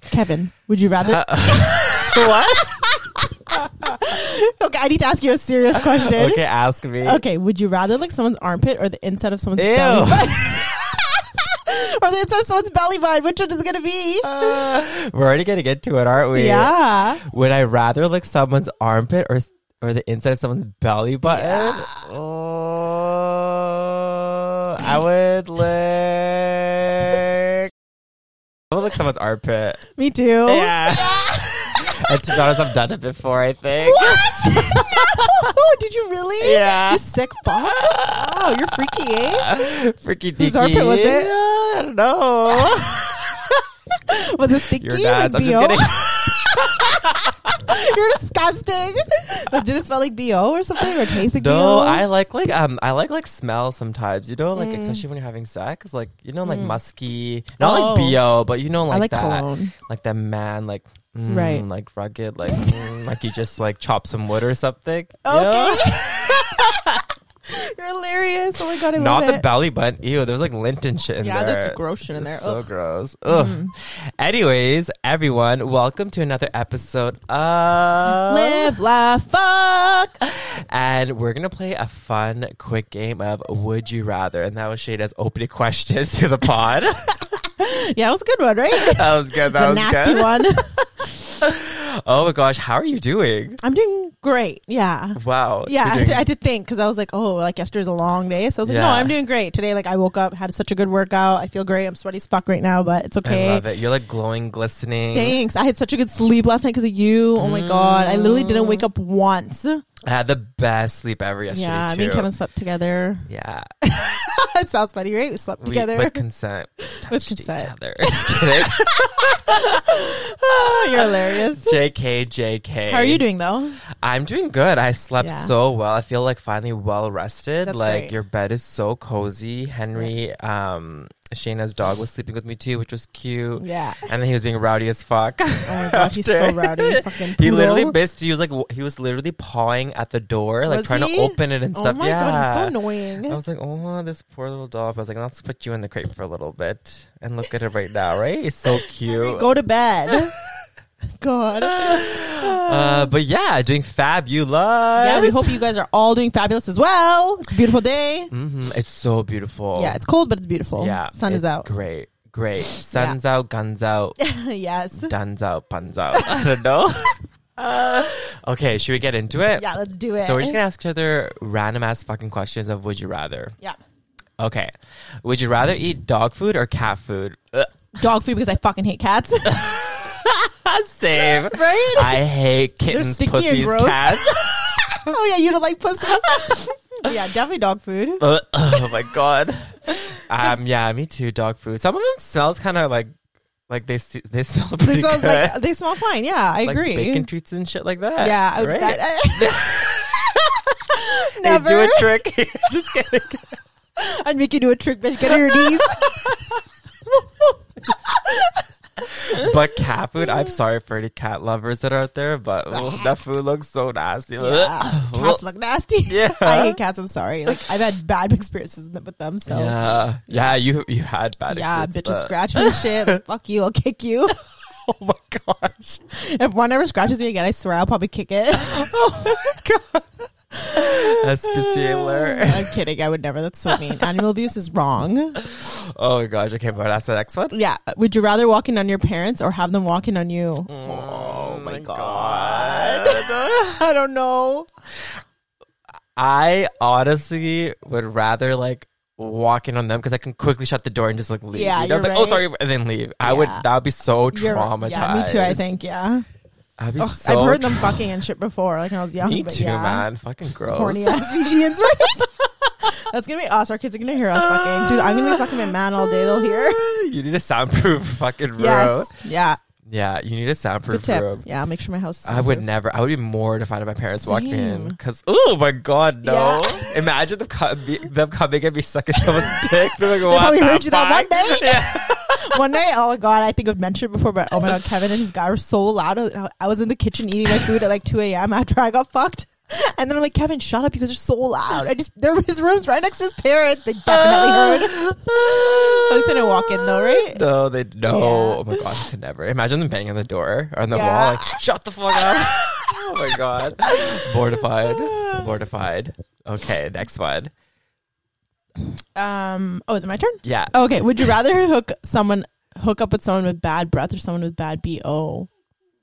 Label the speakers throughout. Speaker 1: Kevin, would you
Speaker 2: Uh,
Speaker 1: rather?
Speaker 2: what?
Speaker 1: okay, I need to ask you a serious question.
Speaker 2: uh, Okay, ask me.
Speaker 1: Okay, would you rather lick someone's armpit or the inside of someone's
Speaker 2: Ew.
Speaker 1: belly button? or the inside of someone's belly button? Which one is it going to be?
Speaker 2: Oh, We're already getting into it, aren't we?
Speaker 1: yeah.
Speaker 2: Would I rather lick someone's armpit or or the inside of someone's belly button? Oh, I would lick. I would lick someone's armpit.
Speaker 1: Me too.
Speaker 2: Yeah. and to be honest, I've done it before. I think.
Speaker 1: Oh, did you really?
Speaker 2: Yeah.
Speaker 1: You sick fuck. Oh, you're freaky, eh?
Speaker 2: Freaky
Speaker 1: Whose
Speaker 2: deaky.
Speaker 1: armpit was it?
Speaker 2: I don't know.
Speaker 1: Was it sticky?
Speaker 2: Your dad's.
Speaker 1: Like
Speaker 2: I'm
Speaker 1: BO?
Speaker 2: just kidding.
Speaker 1: You're disgusting. But did it smell like BO or something or taste like
Speaker 2: No,
Speaker 1: BO?
Speaker 2: I like like um I like like smell sometimes. You know, like
Speaker 1: Mm.
Speaker 2: especially when you're having sex, like you know, like musky, not
Speaker 1: Oh.
Speaker 2: like bo, but you know, like,
Speaker 1: like
Speaker 2: that,
Speaker 1: cologne.
Speaker 2: like that man, like mm,
Speaker 1: Right.
Speaker 2: like rugged, like mm, like you just like chop some wood or something. you know?
Speaker 1: Okay. You're hilarious. Oh my god, I
Speaker 2: Not
Speaker 1: love
Speaker 2: the
Speaker 1: it.
Speaker 2: belly button. Ew, there's like lint and shit in
Speaker 1: yeah,
Speaker 2: there.
Speaker 1: there's gross shit in there.
Speaker 2: So
Speaker 1: Ugh. Mm.
Speaker 2: gross. Ugh. Anyways, everyone, welcome to another episode of
Speaker 1: Live, laugh, fuck.
Speaker 2: And we're gonna play a fun, quick game of Would You Rather, and that was Shada's opening questions to the pod. that
Speaker 1: Yeah, it was a good one, right? It's
Speaker 2: was good. That
Speaker 1: a
Speaker 2: was
Speaker 1: nasty
Speaker 2: good.
Speaker 1: one.
Speaker 2: Oh my gosh, how are you doing?
Speaker 1: I'm doing great. Yeah.
Speaker 2: Wow.
Speaker 1: Yeah, I
Speaker 2: You're
Speaker 1: had, to, I
Speaker 2: doing-
Speaker 1: had to think because I was like, oh, like yesterday's a long day. So I was like, no,
Speaker 2: Yeah.
Speaker 1: I'm doing great. Today, like, I woke up, had such a good workout. I feel great. I'm sweaty as fuck right now, but it's okay.
Speaker 2: I love it. You're like glowing, glistening.
Speaker 1: Thanks. I had such a good sleep last night because of you. Oh my god, I literally didn't wake up once.
Speaker 2: I had the best sleep ever yesterday
Speaker 1: yeah,
Speaker 2: too.
Speaker 1: me and Kevin slept together.
Speaker 2: yeah,
Speaker 1: it sounds funny, right? We slept
Speaker 2: we,
Speaker 1: together.
Speaker 2: with consent, we touched
Speaker 1: consent.
Speaker 2: each other. Just kidding.
Speaker 1: Oh, you're hilarious.
Speaker 2: Jk, Jk.
Speaker 1: How are you doing though?
Speaker 2: I'm doing good. I slept
Speaker 1: Yeah.
Speaker 2: so well. I feel like finally well rested.
Speaker 1: That's
Speaker 2: like
Speaker 1: great.
Speaker 2: your bed is so cozy. Henry, um, Shayna's dog was sleeping with me too, which was cute.
Speaker 1: Yeah.
Speaker 2: And then he was being rowdy as fuck.
Speaker 1: Oh my god, he's so rowdy. Fucking
Speaker 2: he literally
Speaker 1: poodle.
Speaker 2: bitched. He was like, w- he was literally pawing at the door, like
Speaker 1: Was
Speaker 2: trying
Speaker 1: he?
Speaker 2: to open it and
Speaker 1: Oh
Speaker 2: stuff.
Speaker 1: my
Speaker 2: yeah.
Speaker 1: god, he's so annoying.
Speaker 2: I was like, oh, this poor little dog. I was like, let's put you in the crate for a little bit and look at it right now, right? It's so cute.
Speaker 1: Go to bed. god.
Speaker 2: Uh, but yeah, doing fabulous.
Speaker 1: Yeah, we hope you guys are all doing fabulous as well. It's a beautiful day.
Speaker 2: hmm It's so beautiful.
Speaker 1: Yeah, it's cold, but it's beautiful.
Speaker 2: yeah.
Speaker 1: sun is
Speaker 2: it's
Speaker 1: out.
Speaker 2: Great, great. Sun's out, guns out,
Speaker 1: yes.
Speaker 2: duns out, buns out. I don't know. Uh, okay, should we get into it?
Speaker 1: Yeah, let's do it.
Speaker 2: So we're just gonna ask each other random ass fucking questions of would you rather.
Speaker 1: yeah.
Speaker 2: Okay, would you rather eat dog food or cat food? Ugh,
Speaker 1: Dog food because I fucking hate cats.
Speaker 2: Same.
Speaker 1: right?
Speaker 2: I hate kittens,
Speaker 1: sticky and
Speaker 2: pussies,
Speaker 1: gross.
Speaker 2: cats.
Speaker 1: oh yeah, you don't like pussy. yeah, definitely dog food.
Speaker 2: Ugh, oh my god. Um. Yeah. Me too. Dog food. Some of them smells kind of like like they s- they smell pretty
Speaker 1: They smell
Speaker 2: good.
Speaker 1: like they smell fine. Yeah, I
Speaker 2: like
Speaker 1: agree.
Speaker 2: bacon treats and shit like that.
Speaker 1: yeah, I would,
Speaker 2: right?
Speaker 1: that, I-
Speaker 2: They
Speaker 1: never.
Speaker 2: do a trick. Just kidding.
Speaker 1: I'd make you do a trick, bitch. Get on your knees.
Speaker 2: But cat food, I'm sorry for any cat lovers that are out there, but ugh, that food looks so nasty.
Speaker 1: Ah. Yeah,
Speaker 2: Ugh.
Speaker 1: cats look nasty.
Speaker 2: Yeah.
Speaker 1: I hate cats. I'm sorry. Like I've had bad experiences with them. So yeah,
Speaker 2: yeah, yeah, you you had bad.
Speaker 1: bitches
Speaker 2: experience,
Speaker 1: scratch me and shit. Fuck you. I'll kick you.
Speaker 2: but- Oh my gosh!
Speaker 1: If one ever scratches me again, I swear I'll probably kick it.
Speaker 2: Oh my god! SPCA alert.
Speaker 1: I'm kidding. I would never. That's so mean. Animal abuse is wrong.
Speaker 2: Oh my gosh! Okay, but that's the next one.
Speaker 1: Yeah. Would you rather walk in on your parents or have them walk in on you?
Speaker 2: Mm,
Speaker 1: Oh, my god. I don't know.
Speaker 2: I honestly would rather like walk in on them because I can quickly shut the door and just like leave.
Speaker 1: Yeah,
Speaker 2: you know?
Speaker 1: you're
Speaker 2: Like, Oh,
Speaker 1: right.
Speaker 2: sorry, and then leave. I would.
Speaker 1: Yeah.
Speaker 2: That would be so
Speaker 1: You're-
Speaker 2: traumatized.
Speaker 1: Yeah, me too. I think. Yeah.
Speaker 2: I'd be
Speaker 1: Ugh,
Speaker 2: so.
Speaker 1: I've heard them fucking and shit before, like when I was young.
Speaker 2: Me
Speaker 1: but
Speaker 2: too,
Speaker 1: yeah.
Speaker 2: man. Fucking gross.
Speaker 1: Horny ass Fijians, right? That's gonna be us. Our kids are gonna hear us fucking. Dude, I'm gonna be fucking a man all day. They'll hear.
Speaker 2: You need a soundproof fucking room.
Speaker 1: Yes. Yeah.
Speaker 2: Yeah, you need a
Speaker 1: Good
Speaker 2: soundproof
Speaker 1: tip.
Speaker 2: room.
Speaker 1: Yeah. I'll make sure my house. Is
Speaker 2: I would never. I would be mortified if my parents walked in
Speaker 1: Same.
Speaker 2: because oh my god, no!
Speaker 1: Yeah.
Speaker 2: Imagine them, co- be, them coming and be sucking someone's dick. They're like, what
Speaker 1: probably
Speaker 2: the
Speaker 1: heard you that one
Speaker 2: fuck?
Speaker 1: day.
Speaker 2: Yeah.
Speaker 1: One night, oh my god, I think I've mentioned it before, but oh my god, Kevin and his guy were so loud. I was in the kitchen eating my food at like 2 a.m. after I got fucked. And then I'm like, Kevin, shut up. You guys are so loud. I just, there his room's right next to his parents. They definitely heard. I was gonna walk in though, right?
Speaker 2: No, they no.
Speaker 1: Yeah.
Speaker 2: Oh my god, I could never. Imagine them banging on the door or on the
Speaker 1: Yeah.
Speaker 2: wall, like shut the fuck up. oh my god, mortified, mortified. Okay, next one.
Speaker 1: Um, oh, is it my turn?
Speaker 2: Yeah.
Speaker 1: Okay. Would you rather hook someone, hook up with someone with bad breath or someone with bad BO?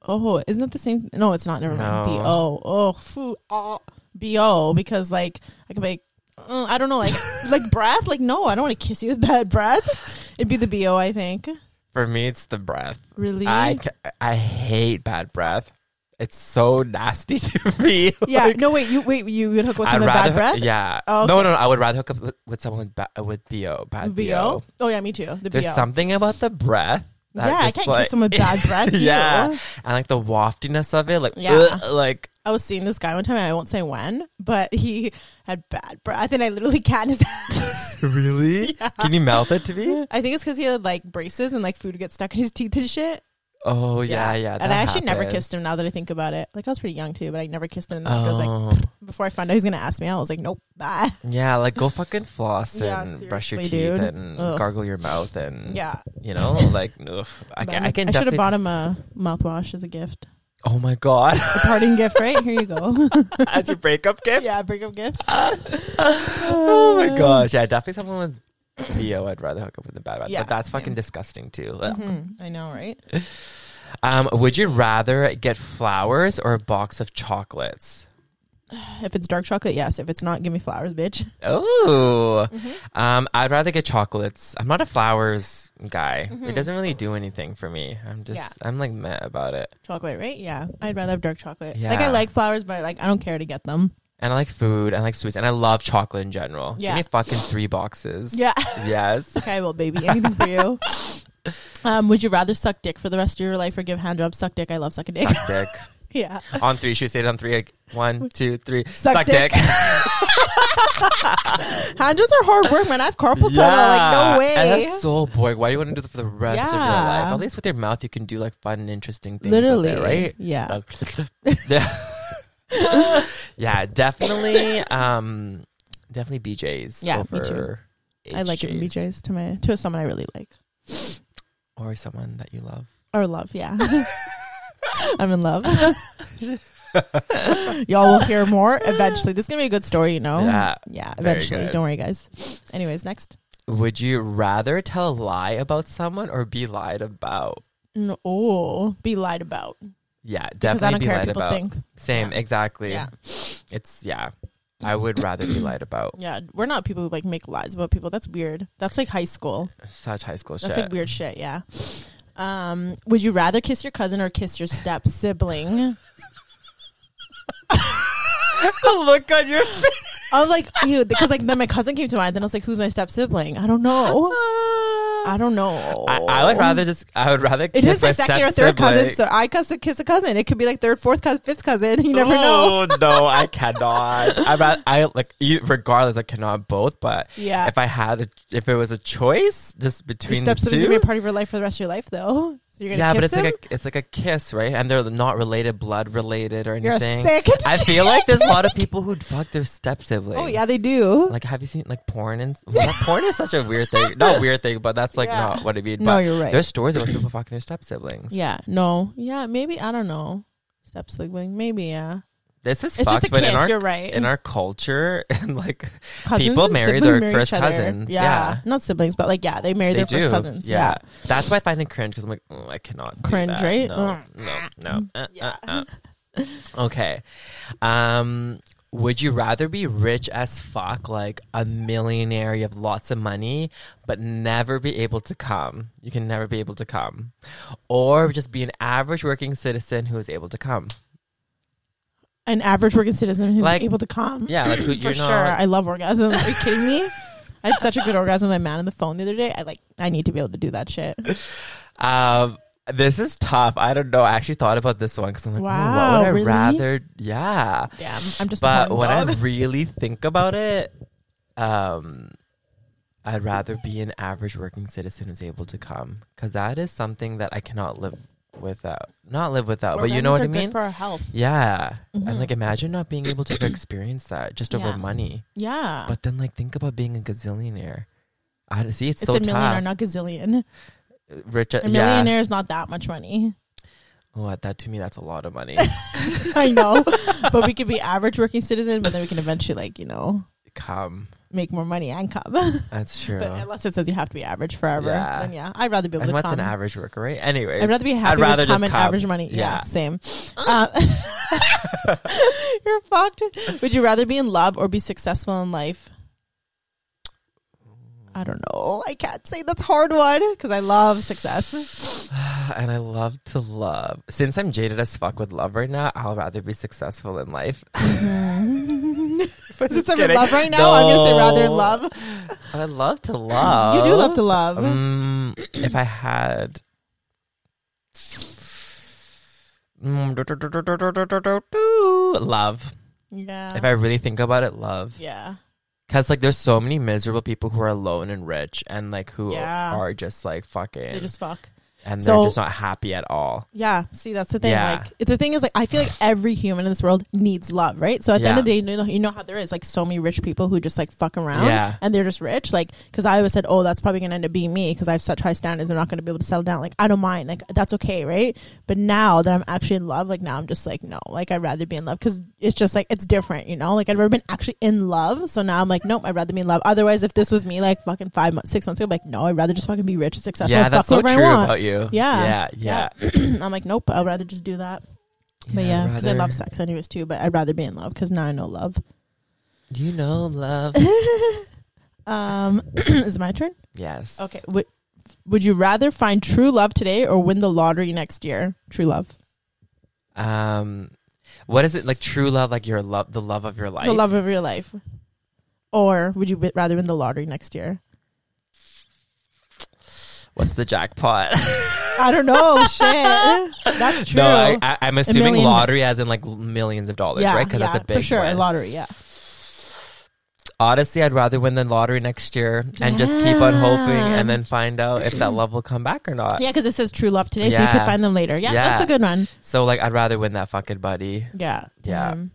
Speaker 1: Oh, isn't that the same? No, it's not. Never mind.
Speaker 2: No.
Speaker 1: BO. Oh, phew, ah, BO. Because like, I could be like, uh, I don't know, like, like breath. Like, no, I don't want to kiss you with bad breath. It'd be the BO, I think.
Speaker 2: For me, it's the breath.
Speaker 1: Really?
Speaker 2: I ca- I hate bad breath. It's so nasty to me.
Speaker 1: yeah.
Speaker 2: Like,
Speaker 1: no, wait. You wait. You would hook up with someone with
Speaker 2: rather
Speaker 1: bad breath.
Speaker 2: yeah.
Speaker 1: Oh,
Speaker 2: No, no, no. I would rather hook up with, with someone with, ba- with bo bad bo.
Speaker 1: BO. Oh yeah, me too. The
Speaker 2: There's
Speaker 1: BO.
Speaker 2: something about the breath. that
Speaker 1: yeah, I
Speaker 2: just,
Speaker 1: can't
Speaker 2: like-
Speaker 1: kiss someone with bad breath.
Speaker 2: yeah,
Speaker 1: Ew.
Speaker 2: and like the waftiness of it, like
Speaker 1: Yeah.
Speaker 2: ugh, like
Speaker 1: I was seeing this guy one time. I won't say when, but he had bad breath, and I literally cat his ass.
Speaker 2: really. Can you mouth it to me?
Speaker 1: I think it's because he had like braces and like food would get stuck in his teeth and shit.
Speaker 2: Oh yeah, yeah.
Speaker 1: and
Speaker 2: that
Speaker 1: I actually never
Speaker 2: happened.
Speaker 1: kissed him. Now that I think about it, like I was pretty young too, but I never kissed him. And I was like,
Speaker 2: Oh,
Speaker 1: before I found out he was gonna ask me, out, I was like, nope, bye.
Speaker 2: yeah, like go fucking floss
Speaker 1: Yeah,
Speaker 2: and brush your teeth
Speaker 1: seriously, dude.
Speaker 2: and
Speaker 1: Ugh.
Speaker 2: gargle your mouth and
Speaker 1: Yeah,
Speaker 2: you know, like ugh, Mm. I
Speaker 1: But
Speaker 2: can,
Speaker 1: I'm
Speaker 2: I
Speaker 1: like,
Speaker 2: can
Speaker 1: I should have
Speaker 2: definitely.
Speaker 1: bought him a mouthwash as a gift,
Speaker 2: oh my god,
Speaker 1: a parting gift, right? Here you go.
Speaker 2: as your breakup gift.
Speaker 1: yeah, breakup gift.
Speaker 2: Oh my gosh, yeah, definitely someone with Theo. I'd rather hook up with a bad breath,
Speaker 1: Yeah,
Speaker 2: but that's fucking
Speaker 1: same.
Speaker 2: disgusting too.
Speaker 1: Mhm, I know, right?
Speaker 2: Um, would you rather get flowers or a box of chocolates?
Speaker 1: If it's dark chocolate, yes. If it's not, give me flowers, bitch.
Speaker 2: Oh,
Speaker 1: Mm-hmm.
Speaker 2: um, I'd rather get chocolates. I'm not a flowers guy. It doesn't really do anything for me. I'm just,
Speaker 1: Mm-hmm. Yeah.
Speaker 2: I'm like meh about it.
Speaker 1: Chocolate, right? Yeah. I'd rather have dark chocolate. Like
Speaker 2: Yeah.
Speaker 1: I like flowers, but like I don't care to get them.
Speaker 2: And I like food. I like sweets, and I love chocolate in general.
Speaker 1: Yeah.
Speaker 2: Give me fucking three boxes.
Speaker 1: Yeah.
Speaker 2: Yes.
Speaker 1: okay, well baby, anything for you. Um, would you rather suck dick for the rest of your life or give hand jobs? Suck dick. I love sucking dick.
Speaker 2: Suck dick.
Speaker 1: yeah.
Speaker 2: On three. Should we say it on three? Like, one, two, three.
Speaker 1: Suck dick. Hand jobs are hard work, man. I have carpal tunnel. Like no
Speaker 2: And
Speaker 1: way.
Speaker 2: that's so boring. Why do you want to do that for the rest of your
Speaker 1: Yeah.
Speaker 2: life? At least with your mouth, you can do like fun and interesting things. with it,
Speaker 1: Literally.
Speaker 2: right?
Speaker 1: Yeah.
Speaker 2: Yeah. yeah, definitely. Um, definitely BJ's.
Speaker 1: Yeah, me
Speaker 2: over
Speaker 1: I like it
Speaker 2: HJ's.
Speaker 1: BJ's to my to someone I really like.
Speaker 2: or someone that you love.
Speaker 1: Or love, yeah. I'm in love. Y'all will hear more eventually. This is gonna be a good story, you know.
Speaker 2: Yeah.
Speaker 1: Yeah,
Speaker 2: Very
Speaker 1: eventually.
Speaker 2: good.
Speaker 1: Don't worry, guys. Anyways, next.
Speaker 2: Would you rather tell a lie about someone or be lied about?
Speaker 1: No, oh, be lied about
Speaker 2: Yeah,
Speaker 1: because I
Speaker 2: definitely
Speaker 1: don't
Speaker 2: be
Speaker 1: care what
Speaker 2: lied
Speaker 1: people
Speaker 2: about.
Speaker 1: think.
Speaker 2: Same, exactly.
Speaker 1: Yeah,
Speaker 2: It's yeah. I would rather be lied about.
Speaker 1: yeah, we're not people who like make lies about people. That's weird. That's like high school.
Speaker 2: Such high school
Speaker 1: That's
Speaker 2: shit.
Speaker 1: like weird shit. Yeah. Um, would you rather kiss your cousin or kiss your step sibling?
Speaker 2: Look on your face.
Speaker 1: I was like, ew, because like then my cousin came to mind. Then I was like, who's my step sibling? I don't know.
Speaker 2: I,
Speaker 1: "Oh?" I don't know.
Speaker 2: I would rather just. I would rather.
Speaker 1: It
Speaker 2: kiss
Speaker 1: is
Speaker 2: my
Speaker 1: like second or third cousin, so I cuss kiss a cousin. It could be like third, fourth cousin, fifth cousin. You never know.
Speaker 2: Oh no, I cannot. I ra- I like e- regardless. I cannot both. But
Speaker 1: Yeah.
Speaker 2: if I had, a, if it was a choice, just between the
Speaker 1: Step siblings are
Speaker 2: two.
Speaker 1: gonna be a part of your life for the rest of your life, though. So you're gonna
Speaker 2: yeah,
Speaker 1: kiss
Speaker 2: but it's
Speaker 1: him?
Speaker 2: like a it's like a kiss, right? And they're not related, blood related or
Speaker 1: You're a
Speaker 2: anything.
Speaker 1: sick.
Speaker 2: I feel like there's a lot of people who'd fuck their step sibling.
Speaker 1: Oh yeah, they do.
Speaker 2: Like, have you seen like porn and well, porn is such a weird thing? Not weird thing, but that's like
Speaker 1: Yeah.
Speaker 2: not what I mean.
Speaker 1: No,
Speaker 2: but
Speaker 1: you're right.
Speaker 2: There's stories about people fucking their step siblings.
Speaker 1: yeah, no, yeah, maybe I don't know. Step sibling, maybe yeah.
Speaker 2: This is
Speaker 1: It's
Speaker 2: fucked,
Speaker 1: just a
Speaker 2: but
Speaker 1: kiss.
Speaker 2: in our
Speaker 1: you're right.
Speaker 2: in our culture and like
Speaker 1: Cousins
Speaker 2: people
Speaker 1: and
Speaker 2: marry
Speaker 1: siblings
Speaker 2: their
Speaker 1: marry
Speaker 2: first
Speaker 1: each other.
Speaker 2: cousins.
Speaker 1: Yeah.
Speaker 2: Yeah.
Speaker 1: not siblings, but like yeah, they marry
Speaker 2: they
Speaker 1: their
Speaker 2: do.
Speaker 1: first cousins.
Speaker 2: yeah.
Speaker 1: Yeah,
Speaker 2: that's why I find it cringe. Cause I'm like, oh, I cannot do
Speaker 1: Cringe,
Speaker 2: that.
Speaker 1: right?
Speaker 2: No,
Speaker 1: Mm.
Speaker 2: no, no. Uh,
Speaker 1: Yeah.
Speaker 2: uh, uh. Okay. Um, would you rather be rich as fuck, like a millionaire, you have lots of money, but never be able to come? You can never be able to come, or just be an average working citizen who is able to come.
Speaker 1: an average working citizen who's
Speaker 2: Like-
Speaker 1: able to come.
Speaker 2: Yeah, like who,
Speaker 1: for
Speaker 2: you're
Speaker 1: sure.
Speaker 2: not.
Speaker 1: I love orgasms. Are you kidding me? I had such a good orgasm with my man on the phone the other day. I like. I need to be able to do that shit.
Speaker 2: Um, this is tough. I don't know. I actually thought about this one because I'm like, wow,
Speaker 1: Wow,
Speaker 2: what would I
Speaker 1: really?
Speaker 2: rather? Yeah.
Speaker 1: Damn, I'm just. a
Speaker 2: but
Speaker 1: horn
Speaker 2: when I
Speaker 1: dog.
Speaker 2: really think about it, um, I'd rather be an average working citizen who's able to come because that is something that I cannot live without, not live without, but you
Speaker 1: Organs
Speaker 2: know what
Speaker 1: are
Speaker 2: I
Speaker 1: good
Speaker 2: mean?
Speaker 1: for our health.
Speaker 2: yeah. And like, imagine not being able to experience that just over
Speaker 1: Yeah.
Speaker 2: money.
Speaker 1: Yeah.
Speaker 2: But then, like, think about being a gazillionaire. I don't- see. It's,
Speaker 1: it's
Speaker 2: so
Speaker 1: a millionaire,
Speaker 2: tough.
Speaker 1: not gazillion.
Speaker 2: Rich, uh,
Speaker 1: A
Speaker 2: yeah.
Speaker 1: millionaire is not that much money.
Speaker 2: What that to me, that's a lot of money.
Speaker 1: I know. but we could be average working citizen, but then we can eventually like, you know,
Speaker 2: Come,
Speaker 1: make more money and come.
Speaker 2: that's true.
Speaker 1: But unless it says you have to be average forever,
Speaker 2: Yeah.
Speaker 1: then yeah, I'd rather be able
Speaker 2: and
Speaker 1: to
Speaker 2: what's
Speaker 1: come.
Speaker 2: an average worker rate? Anyways,
Speaker 1: I'd rather be happy
Speaker 2: rather
Speaker 1: with
Speaker 2: just
Speaker 1: common
Speaker 2: come.
Speaker 1: average money. Yeah,
Speaker 2: Yeah.
Speaker 1: same. Um, you're fucked. Would you rather be in love or be successful in life? I don't know. I can't say that's a hard one because I love success.
Speaker 2: and I love to love. Since I'm jaded as fuck with love right now, I'll rather be successful in life.
Speaker 1: But since I'm in
Speaker 2: kidding.
Speaker 1: love right now, I'm gonna say rather in
Speaker 2: No.
Speaker 1: love.
Speaker 2: I love to love.
Speaker 1: You do love to love.
Speaker 2: Um, if I had. Mm, do, do, do, do, do, do, do, do, do. Love.
Speaker 1: yeah.
Speaker 2: If I really think about it, love.
Speaker 1: yeah.
Speaker 2: Because, like, there's so many miserable people who are alone and rich and, like, who
Speaker 1: Yeah.
Speaker 2: are just, like, fucking.
Speaker 1: They just fuck.
Speaker 2: and
Speaker 1: So-
Speaker 2: they're just not happy at all.
Speaker 1: Yeah, see that's the thing.
Speaker 2: Yeah.
Speaker 1: Like the thing is like I feel like every human in this world needs love, right? So at the end of the
Speaker 2: Yeah.
Speaker 1: day, you know, you know how there is like so many rich people who just like fuck around
Speaker 2: Yeah.
Speaker 1: and they're just rich. Like cuz I always said, "Oh, that's probably going to end up being me cuz I have such high standards, I'm not going to be able to settle down." Like I don't mind. Like that's okay, right? But now that I'm actually in love, like now I'm just like, "No, like I'd rather be in love cuz it's just like it's different, you know? Like I've never been actually in love, so now I'm like, "Nope, I'd rather be in love." Otherwise, if this was me like fucking 5 months, 6 months ago, I'd be like, "No, I'd rather just fucking be rich and successful."
Speaker 2: yeah,
Speaker 1: and fuck
Speaker 2: that's so
Speaker 1: whatever
Speaker 2: true
Speaker 1: I want.
Speaker 2: about you.
Speaker 1: Yeah.
Speaker 2: Yeah. Yeah.
Speaker 1: I'm like, nope, I'd rather just do that. But yeah, because I
Speaker 2: rather-
Speaker 1: love sex anyways too, but I'd rather be in love because now I know love.
Speaker 2: You know, love.
Speaker 1: Um, is it my turn?
Speaker 2: yes.
Speaker 1: Okay. Would, would you rather find true love today or win the lottery next year? True love.
Speaker 2: Um, what is it like? True love, like your love, the love of your life.
Speaker 1: The love of your life. Or would you wi- rather win the lottery next year?
Speaker 2: What's the jackpot?
Speaker 1: I don't know. Shit. That's true.
Speaker 2: no, I, I, I'm assuming
Speaker 1: million-
Speaker 2: lottery, as in like l- millions of dollars,
Speaker 1: yeah,
Speaker 2: right? Because
Speaker 1: yeah,
Speaker 2: that's a big
Speaker 1: for sure.
Speaker 2: one.
Speaker 1: Lottery, yeah.
Speaker 2: Honestly, I'd rather win the lottery next year and just keep on hoping, and then find out if that love will come back or not.
Speaker 1: Yeah, because it says true love today, so you could
Speaker 2: Uh, Yeah.
Speaker 1: find them later. Yeah,
Speaker 2: Yeah.
Speaker 1: that's a good one.
Speaker 2: So, like, I'd rather win that fucking buddy.
Speaker 1: Yeah.
Speaker 2: Yeah.
Speaker 1: Um,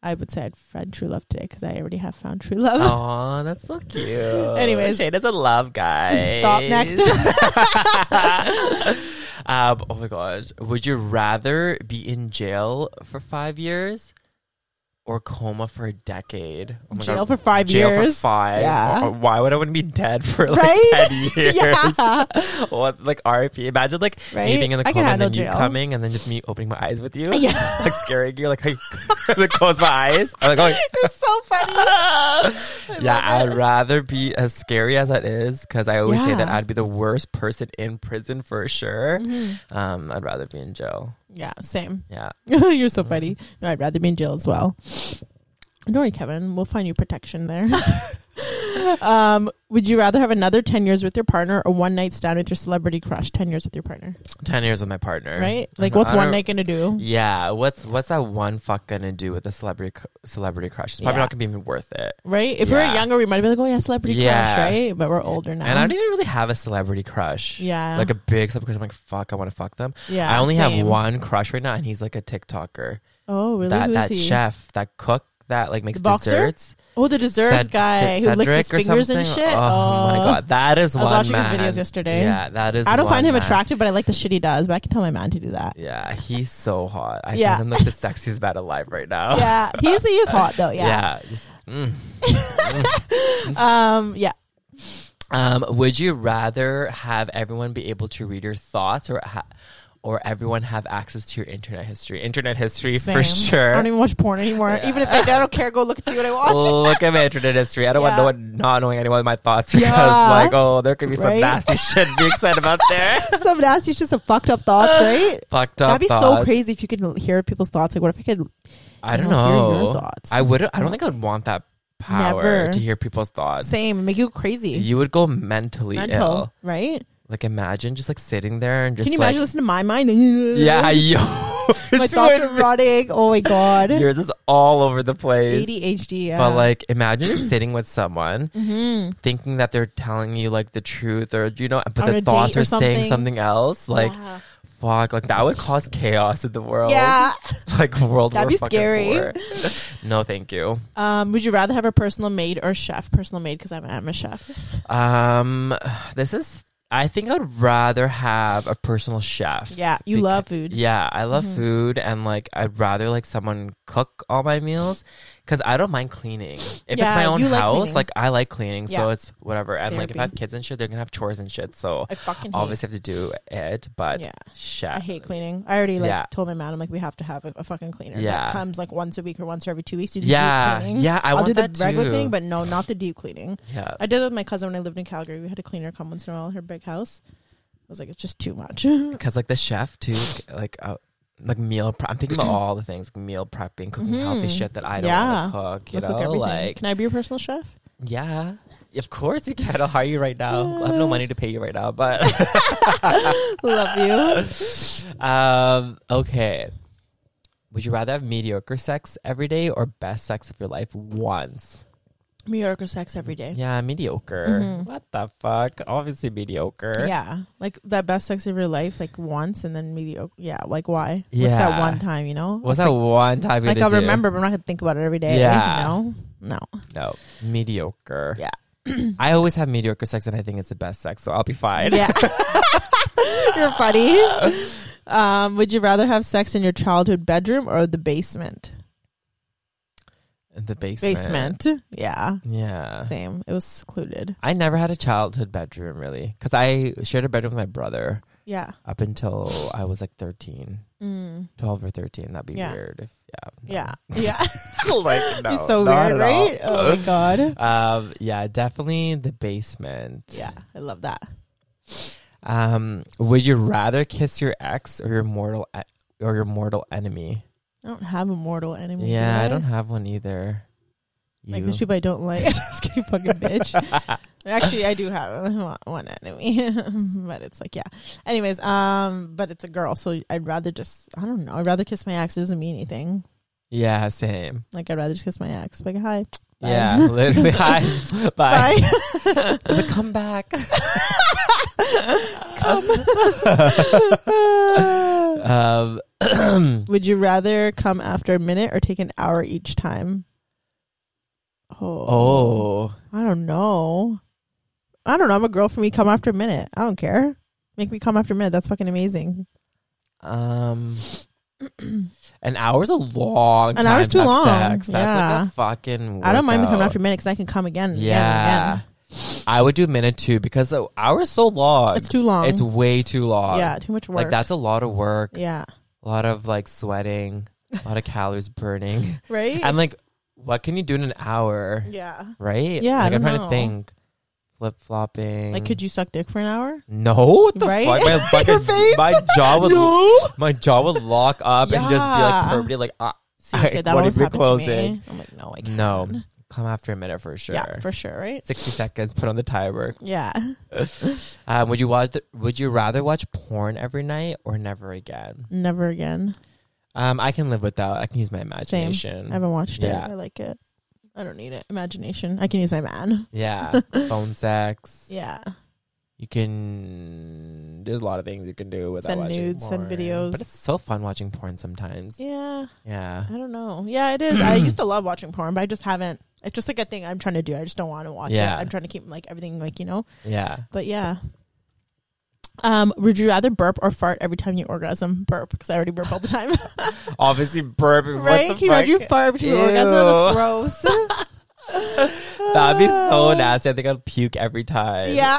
Speaker 1: I would say I'd find true love today because I already have found true love.
Speaker 2: Oh, that's so cute.
Speaker 1: Anyways.
Speaker 2: Shane is a love guy.
Speaker 1: Stop next.
Speaker 2: um, oh my gosh. Would you rather be in jail for five years or coma for a decade? Oh my
Speaker 1: jail
Speaker 2: God.
Speaker 1: for five
Speaker 2: jail
Speaker 1: years.
Speaker 2: for five.
Speaker 1: Yeah.
Speaker 2: Wh- Why would I want to be dead for like
Speaker 1: Right?
Speaker 2: ten years?
Speaker 1: Yeah.
Speaker 2: What like RP? Imagine like me
Speaker 1: Right?
Speaker 2: being in the
Speaker 1: I can
Speaker 2: coma and
Speaker 1: handle
Speaker 2: then you
Speaker 1: jail.
Speaker 2: coming and then just me opening my eyes with you.
Speaker 1: Yeah.
Speaker 2: Like scaring you, like I like, close my eyes. I'm like, oh,
Speaker 1: It's so funny.
Speaker 2: yeah, I'd rather be as scary as that is because I always say that
Speaker 1: Yeah.
Speaker 2: I'd be the worst person in prison for sure. Um, I'd rather be in jail.
Speaker 1: Mm-hmm. Yeah, same.
Speaker 2: Yeah.
Speaker 1: You're
Speaker 2: Mm-hmm.
Speaker 1: so funny. No, I'd rather be in jail as well. Don't worry, Kevin. We'll find you protection there. um, would you rather have another 10 years with your partner or one night stand with your celebrity crush 10 years with your partner?
Speaker 2: 10 years with my partner.
Speaker 1: Right? Like,
Speaker 2: I'm-
Speaker 1: what's
Speaker 2: I
Speaker 1: one
Speaker 2: don't-
Speaker 1: night going to do?
Speaker 2: Yeah, what's what's that one fuck gonna do with a celebrity cr- celebrity crush? It's probably
Speaker 1: Yeah.
Speaker 2: not gonna be even worth it.
Speaker 1: Right? If we were
Speaker 2: Yeah.
Speaker 1: younger, we might have been like, oh, yeah, celebrity crush,
Speaker 2: Yeah.
Speaker 1: right? But we're older now.
Speaker 2: And I don't even really have a celebrity crush.
Speaker 1: Yeah.
Speaker 2: like a big celebrity crush. I'm like, fuck, I want to fuck them.
Speaker 1: yeah,
Speaker 2: I only have
Speaker 1: same.
Speaker 2: one crush right now, and he's like a TikToker.
Speaker 1: Oh, really?
Speaker 2: that
Speaker 1: Who is
Speaker 2: that
Speaker 1: he?
Speaker 2: chef, that cook, that like makes
Speaker 1: The boxer?
Speaker 2: desserts.
Speaker 1: Oh, the dessert
Speaker 2: Ced-
Speaker 1: guy
Speaker 2: Ced-
Speaker 1: who licks his
Speaker 2: Cedric or
Speaker 1: fingers and
Speaker 2: something.
Speaker 1: shit.
Speaker 2: Oh, my god, that is
Speaker 1: I was
Speaker 2: one
Speaker 1: watching his
Speaker 2: man.
Speaker 1: videos yesterday.
Speaker 2: Yeah, that is.
Speaker 1: I don't find
Speaker 2: one
Speaker 1: him
Speaker 2: man.
Speaker 1: attractive, but I like the shit he does. But I can tell my man to do that.
Speaker 2: Yeah, he's so hot. I
Speaker 1: Yeah.
Speaker 2: yeah. find him like the sexiest man alive right now.
Speaker 1: Yeah, he's he is hot though. Yeah.
Speaker 2: Oh. Yeah, just- mm.
Speaker 1: Um. Yeah.
Speaker 2: Um, would you rather have everyone be able to read your thoughts, or ha- or everyone have access to your internet history? Internet history
Speaker 1: Same.
Speaker 2: for sure.
Speaker 1: I don't even watch porn anymore. Even if I, do, I don't care, go look and see what I watch.
Speaker 2: Look at my internet history. I don't want
Speaker 1: Yeah.
Speaker 2: no one not knowing anyone of my thoughts because,
Speaker 1: Yeah.
Speaker 2: like, oh, there could be some
Speaker 1: Right?
Speaker 2: nasty shit being said about there.
Speaker 1: Some nasty, just some fucked up thoughts, right?
Speaker 2: Fucked up.
Speaker 1: That'd be so
Speaker 2: thoughts.
Speaker 1: crazy if you could l- hear people's thoughts. Like, what if I could?
Speaker 2: I don't
Speaker 1: know,
Speaker 2: know.
Speaker 1: hear your thoughts.
Speaker 2: I would. I don't think I'd want that power
Speaker 1: Never.
Speaker 2: to hear people's thoughts.
Speaker 1: Same, make you crazy,
Speaker 2: You would go mentally
Speaker 1: mental,
Speaker 2: ill.
Speaker 1: right?
Speaker 2: Like imagine just like sitting there and just.
Speaker 1: Can you
Speaker 2: like,
Speaker 1: imagine listening to my mind?
Speaker 2: Yeah, yo.
Speaker 1: my thoughts are running. Oh my god,
Speaker 2: Yours is all over the place.
Speaker 1: ADHD. Yeah. Mm. Mm-hmm.
Speaker 2: But like, imagine just sitting with someone, thinking that they're telling you like the truth, or you know, but
Speaker 1: On a
Speaker 2: their
Speaker 1: date
Speaker 2: thoughts
Speaker 1: or
Speaker 2: are saying
Speaker 1: something.
Speaker 2: something else. Like,
Speaker 1: Yeah.
Speaker 2: fuck. Like that would cause chaos in the world.
Speaker 1: Yeah.
Speaker 2: Like world.
Speaker 1: That'd
Speaker 2: War
Speaker 1: be
Speaker 2: fucking
Speaker 1: scary.
Speaker 2: Four. No, thank you.
Speaker 1: Um, would you rather have a personal maid or chef? Personal maid because I'm, I'm a chef.
Speaker 2: Um, this is. I think I'd rather have a personal chef.
Speaker 1: Yeah, Mm-hmm. you
Speaker 2: Beca-
Speaker 1: love food.
Speaker 2: Yeah, I love food, and like I'd rather like someone cook all my meals because I don't mind cleaning. If it's
Speaker 1: Yeah,
Speaker 2: my own
Speaker 1: you like
Speaker 2: house,
Speaker 1: cleaning.
Speaker 2: like I like cleaning, so
Speaker 1: Yeah.
Speaker 2: it's whatever. And like if I
Speaker 1: Therapy.
Speaker 2: have kids and shit, they're gonna have chores and shit, so
Speaker 1: I fucking hate.
Speaker 2: obviously have to do it. But
Speaker 1: Yeah.
Speaker 2: chef,
Speaker 1: I hate cleaning. I already like
Speaker 2: Yeah.
Speaker 1: told my man I'm like we have to have a, a fucking cleaner
Speaker 2: Yeah.
Speaker 1: that comes like once a week or once every two weeks to do
Speaker 2: Yeah,
Speaker 1: deep cleaning.
Speaker 2: yeah, I
Speaker 1: will
Speaker 2: want
Speaker 1: do the
Speaker 2: that
Speaker 1: regular
Speaker 2: too.
Speaker 1: thing, but no, not the deep cleaning.
Speaker 2: Yeah,
Speaker 1: I did it with my cousin when I lived in Calgary. We had a cleaner come once in a while in her big house. I was like, it's just too much. yeah,
Speaker 2: because like the chef too, like uh, like meal. Pre- I'm thinking about all the things, like meal prepping, cooking healthy
Speaker 1: Mhm.
Speaker 2: shit that I don't
Speaker 1: Yeah.
Speaker 2: want to cook. You
Speaker 1: They'll
Speaker 2: know,
Speaker 1: cook everything.
Speaker 2: like
Speaker 1: can I be your personal chef?
Speaker 2: yeah, of course you can. I'll hire you right now. I have no money to pay you right now, but
Speaker 1: Love you.
Speaker 2: um, okay. Would you rather have mediocre sex every day or best sex of your life once?
Speaker 1: Mediocre sex every day.
Speaker 2: Yeah, mediocre.
Speaker 1: Mhm.
Speaker 2: What the fuck? Obviously mediocre.
Speaker 1: Yeah, like that best sex of your life, like once, and then mediocre. Yeah, like why? What's
Speaker 2: Yeah.
Speaker 1: that one time? You know,
Speaker 2: Was that one time you
Speaker 1: like
Speaker 2: had
Speaker 1: I'll
Speaker 2: to do?
Speaker 1: remember, but I'm not gonna think about it every day.
Speaker 2: Yeah.
Speaker 1: no, no.
Speaker 2: No, mediocre.
Speaker 1: Yeah.
Speaker 2: I always have mediocre sex, and I think it's the best sex, so I'll be fine.
Speaker 1: Yeah, you're funny. Um, would you rather have sex in your childhood bedroom or the basement?
Speaker 2: In the basement.
Speaker 1: Basement. Yeah,
Speaker 2: Yeah.
Speaker 1: same. It was secluded.
Speaker 2: I never had a childhood bedroom really, because I shared a bedroom with my brother
Speaker 1: Yeah.
Speaker 2: up until I was like 13, 12 or thirteen. That'd be
Speaker 1: Yeah.
Speaker 2: weird. If, yeah.
Speaker 1: Yeah. Yeah.
Speaker 2: no. like no.
Speaker 1: It's so
Speaker 2: not
Speaker 1: weird,
Speaker 2: at all.
Speaker 1: right? Oh my god.
Speaker 2: Um. Yeah. Definitely the basement.
Speaker 1: Yeah, I love that.
Speaker 2: Um. Would you rather kiss your ex or your mortal e- or your mortal enemy?
Speaker 1: I don't have a mortal enemy.
Speaker 2: Yeah,
Speaker 1: do
Speaker 2: I don't have one either.
Speaker 1: Like
Speaker 2: You.
Speaker 1: there's people I don't like. Just kidding, fucking bitch. Actually, I do have one- one enemy, but it's like yeah. Anyways, um, but it's a girl, so I'd rather just I don't know. I'd rather kiss my ex. It doesn't mean anything.
Speaker 2: yeah, same.
Speaker 1: Like I'd rather just kiss my ex. Like hi, Bye.
Speaker 2: Yeah, literally. Hi. Bye.
Speaker 1: bye.
Speaker 2: But come back. um,
Speaker 1: Would you rather come after a minute or take an hour each time? Oh,
Speaker 2: oh,
Speaker 1: I don't know. I don't know. I'm a girl. For me, come after a minute. I don't care. Make me come after a minute. That's fucking amazing.
Speaker 2: um, an hour's a long
Speaker 1: An
Speaker 2: time.
Speaker 1: hour's
Speaker 2: to
Speaker 1: too
Speaker 2: have
Speaker 1: long.
Speaker 2: Sex. That's
Speaker 1: Yeah.
Speaker 2: like a fucking.
Speaker 1: I don't mind me coming
Speaker 2: workout.
Speaker 1: after a minute because I can come again. and
Speaker 2: Yeah.
Speaker 1: again and again.
Speaker 2: I would do minute two because the hour's so long.
Speaker 1: It's too long.
Speaker 2: It's way too long.
Speaker 1: yeah, too much work.
Speaker 2: Like that's a lot of work,
Speaker 1: Yeah,
Speaker 2: a lot of like sweating, a lot of calories burning,
Speaker 1: right.
Speaker 2: and like, what can you do in an hour?
Speaker 1: yeah,
Speaker 2: right?
Speaker 1: Yeah, I
Speaker 2: like I'm
Speaker 1: don't
Speaker 2: trying to
Speaker 1: know.
Speaker 2: think. Flip flopping.
Speaker 1: like could you suck dick for an hour?
Speaker 2: No, what the
Speaker 1: Right?
Speaker 2: fuck? My,
Speaker 1: Your
Speaker 2: fucking,
Speaker 1: face?
Speaker 2: my jaw would
Speaker 1: No.
Speaker 2: my jaw would lock up and just be like
Speaker 1: Yeah.
Speaker 2: permanently like ah,
Speaker 1: Seriously,
Speaker 2: Like,
Speaker 1: that
Speaker 2: what
Speaker 1: always
Speaker 2: if you're
Speaker 1: happened to
Speaker 2: closing?
Speaker 1: me. I'm like, no, I can't.
Speaker 2: no. Come after a minute for sure.
Speaker 1: Yeah, for sure, right?
Speaker 2: Sixty seconds. Put on the timer.
Speaker 1: Yeah,
Speaker 2: Um, would you watch? Would you rather watch porn every night or never again?
Speaker 1: never again.
Speaker 2: Um, I can live without. I can use my imagination.
Speaker 1: I haven't watched
Speaker 2: Yeah.
Speaker 1: it. I like it. I don't need it. Imagination. I can use my man.
Speaker 2: yeah, phone sex.
Speaker 1: Yeah,
Speaker 2: You can. There's a lot of things you can do without
Speaker 1: Send
Speaker 2: watching
Speaker 1: nudes, send
Speaker 2: porn.
Speaker 1: videos.
Speaker 2: But it's so fun watching porn sometimes.
Speaker 1: yeah.
Speaker 2: Yeah.
Speaker 1: I don't know. Yeah, it is. I used to love watching porn, but I just haven't. It's just like a thing I'm trying to do. I just don't want to watch
Speaker 2: Yeah.
Speaker 1: it. I'm trying to keep like everything like you know.
Speaker 2: Yeah.
Speaker 1: But yeah. Um, would you rather burp or fart every time you orgasm? Burp, because I already burp all the time.
Speaker 2: Obviously, burping.
Speaker 1: right? Can you
Speaker 2: fuck?
Speaker 1: imagine you fart between
Speaker 2: Ew.
Speaker 1: orgasm? That's gross.
Speaker 2: That'd be so nasty. I think I'd puke every time.
Speaker 1: yeah.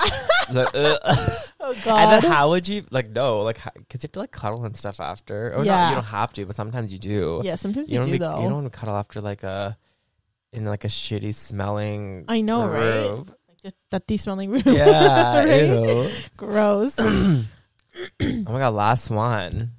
Speaker 2: Like, ugh.
Speaker 1: Oh
Speaker 2: and then
Speaker 1: god.
Speaker 2: how would you like? No, like because you have to like cuddle and stuff after. Or yeah.
Speaker 1: Yeah.
Speaker 2: you don't have to, but sometimes you do.
Speaker 1: yeah, sometimes
Speaker 2: You
Speaker 1: you,
Speaker 2: don't
Speaker 1: do
Speaker 2: be-
Speaker 1: though.
Speaker 2: you don't want to cuddle after like a in like a shitty smelling.
Speaker 1: I know, right?
Speaker 2: room.
Speaker 1: Like that- that de smelling room.
Speaker 2: Yeah.
Speaker 1: Right?
Speaker 2: ew.
Speaker 1: Gross.
Speaker 2: Oh my god, last one.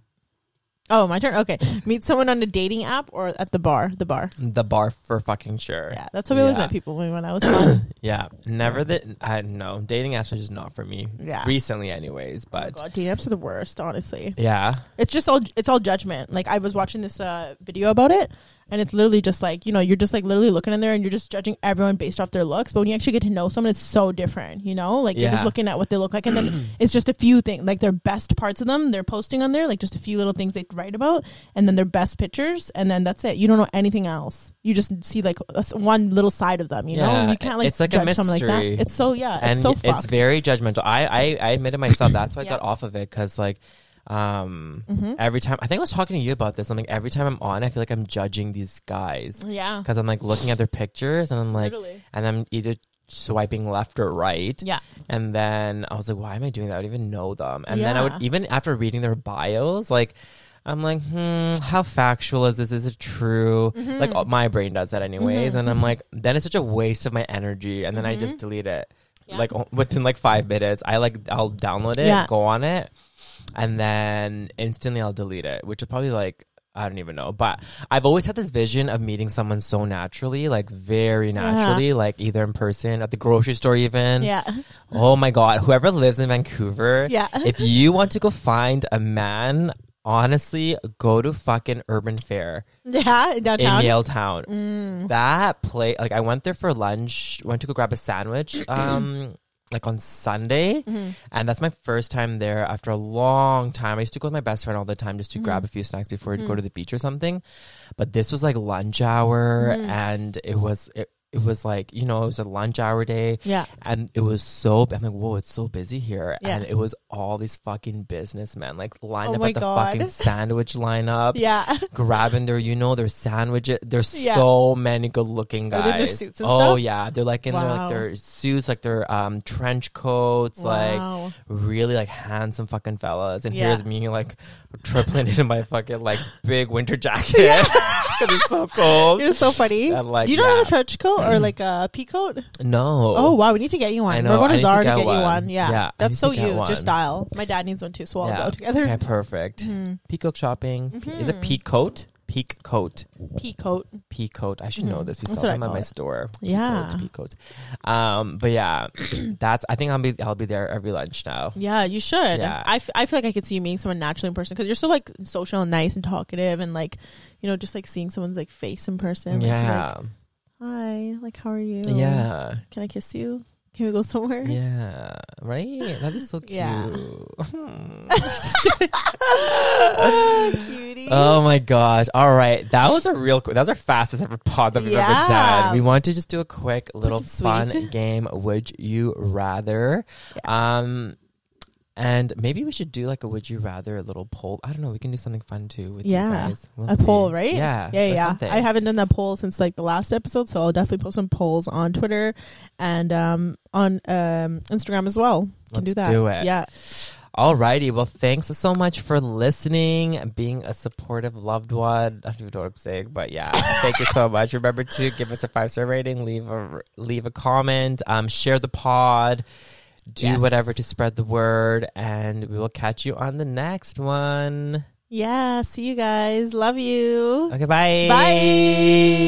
Speaker 1: Oh, my turn. Okay. Meet someone on a dating app or at the bar. The bar.
Speaker 2: The bar for fucking sure.
Speaker 1: Yeah. That's how we always
Speaker 2: Yeah.
Speaker 1: met people when when I was young.
Speaker 2: Yeah, never that. I no dating apps are just not for me.
Speaker 1: Yeah.
Speaker 2: recently, anyways.
Speaker 1: Oh,
Speaker 2: But
Speaker 1: God, dating apps are the worst, honestly.
Speaker 2: yeah,
Speaker 1: It's just all it's all judgment. Like I was watching this uh, video about it, and it's literally just like you know you're just like literally looking in there and you're just judging everyone based off their looks but when you actually get to know someone it's so different you know like you're
Speaker 2: Yeah.
Speaker 1: just looking at what they look like and then it's just a few things like their best parts of them they're posting on there like just a few little things they write about and then their best pictures and then that's it you don't know anything else you just see like a s one little side of them you know
Speaker 2: Yeah,
Speaker 1: and you can't like
Speaker 2: it's like a
Speaker 1: judge someone like that
Speaker 2: mystery.
Speaker 1: it's so yeah
Speaker 2: and
Speaker 1: it's so
Speaker 2: it's
Speaker 1: fucked
Speaker 2: very judgmental. I, I, I admitted myself. That's why I
Speaker 1: Yeah.
Speaker 2: got off of it because like, um,
Speaker 1: Mm-hmm.
Speaker 2: every time I think I was talking to you about this. I'm like, every time I'm on, I feel like I'm judging these guys
Speaker 1: yeah
Speaker 2: because I'm like looking at their pictures and I'm like,
Speaker 1: Mm. Literally.
Speaker 2: and I'm either swiping left or right.
Speaker 1: yeah
Speaker 2: And then I was like, why am I doing that? I don't even know them. And then I
Speaker 1: Yeah.
Speaker 2: would even after reading their bios, like. I'm like, hmm, how factual is this? Is it true?
Speaker 1: Mm-hmm.
Speaker 2: Like uh, my brain does that anyways, and I'm like, then it's such a waste of my energy, and then I just delete it.
Speaker 1: Mm-hmm. Yeah.
Speaker 2: Like o- within like five minutes, I like I'll download it,
Speaker 1: Yeah.
Speaker 2: go on it, and then instantly I'll delete it, which is probably like I don't even know. But I've always had this vision of meeting someone so naturally, like very
Speaker 1: Uh-huh.
Speaker 2: naturally, like either in person at the grocery store, even.
Speaker 1: yeah
Speaker 2: Oh my god, whoever lives in Vancouver,
Speaker 1: Yeah.
Speaker 2: if you want to go find a man, honestly, go to fucking Urban Fair
Speaker 1: yeah downtown
Speaker 2: in Yale Town. That place, like I went there for lunch, went to go grab a sandwich, um, like on Sunday, and that's my first time there after a long time. I used to go with my best friend all the time just to grab a few snacks before we'd go to the beach or something, but this was like lunch hour, and it was it, it was like you know it was a lunch hour day,
Speaker 1: yeah
Speaker 2: and it was so I'm like, whoa, it's so busy here.
Speaker 1: Yeah.
Speaker 2: And it was all these fucking businessmen like lined
Speaker 1: Oh
Speaker 2: up
Speaker 1: my
Speaker 2: at the
Speaker 1: God.
Speaker 2: fucking sandwich lineup,
Speaker 1: yeah
Speaker 2: grabbing their, you know, their sandwiches. There's
Speaker 1: Yeah.
Speaker 2: so many good looking
Speaker 1: Are
Speaker 2: guys.
Speaker 1: they in their suits and
Speaker 2: oh
Speaker 1: stuff?
Speaker 2: yeah. They're like in their
Speaker 1: Wow.
Speaker 2: like their suits, like their um trench coats, like
Speaker 1: Wow.
Speaker 2: really like handsome fucking fellas. And
Speaker 1: Yeah.
Speaker 2: here's me like tripling into my fucking like big winter jacket. 'Cause it's so cold.
Speaker 1: You're so funny.
Speaker 2: And, like,
Speaker 1: Do you know
Speaker 2: yeah.
Speaker 1: have a trench coat or like a pea coat?
Speaker 2: No.
Speaker 1: Oh wow, we need to get you one.
Speaker 2: I know,
Speaker 1: We're going to
Speaker 2: I need to
Speaker 1: Zara to
Speaker 2: get
Speaker 1: get,
Speaker 2: one.
Speaker 1: you one. Yeah,
Speaker 2: Yeah, I need
Speaker 1: that's so
Speaker 2: to get
Speaker 1: you,
Speaker 2: one.
Speaker 1: just style. My dad needs one too, so we'll go together. Mm-hmm.
Speaker 2: Okay, perfect. Peacoat shopping. Is it peak coat? Peak coat.
Speaker 1: Pea coat.
Speaker 2: Peak coat. I should know this. We
Speaker 1: Mm-hmm. That's
Speaker 2: sell
Speaker 1: what I call
Speaker 2: them at my
Speaker 1: it.
Speaker 2: store. Peacoat,
Speaker 1: Yeah.
Speaker 2: Peacoat. Um, but yeah, that's. I think I'll be. I'll be there every lunch now.
Speaker 1: Yeah, you should.
Speaker 2: Yeah.
Speaker 1: I, f- I feel like I could see you meeting someone naturally in person because you're so like social and nice and talkative and like you know just like seeing someone's like face in person. like, you're
Speaker 2: Yeah.
Speaker 1: Like, Hi. Like, how are you?
Speaker 2: Yeah.
Speaker 1: Can I kiss you? Can we go somewhere?
Speaker 2: Yeah. Right. That'd be so cute.
Speaker 1: Yeah. Cutie.
Speaker 2: Oh my gosh! All right, that was a real. That was our fastest ever pod that we've ever
Speaker 1: Yeah.
Speaker 2: done. We want to just do a quick little
Speaker 1: and sweet.
Speaker 2: fun game. Would you rather? Um, and maybe we should do like a would you rather little poll. I don't know. We can do something fun too with you
Speaker 1: Yeah.
Speaker 2: guys. We'll
Speaker 1: a
Speaker 2: see.
Speaker 1: poll, right?
Speaker 2: Yeah,
Speaker 1: yeah,
Speaker 2: or
Speaker 1: yeah.
Speaker 2: something.
Speaker 1: I haven't done that poll since like the last episode, so I'll definitely post some polls on Twitter and um on um Instagram as well. Can do
Speaker 2: Let's
Speaker 1: that.
Speaker 2: do it.
Speaker 1: Yeah,
Speaker 2: Alrighty. Well, thanks so much for listening, being a supportive loved one. I don't even know what I'm saying, but yeah, thank you so much. Remember to give us a five star rating, leave a leave a comment, um, share the pod, do
Speaker 1: Yes.
Speaker 2: whatever to spread the word, and we will catch you on the next one.
Speaker 1: yeah. See you guys. Love you.
Speaker 2: Okay, bye.
Speaker 1: Bye.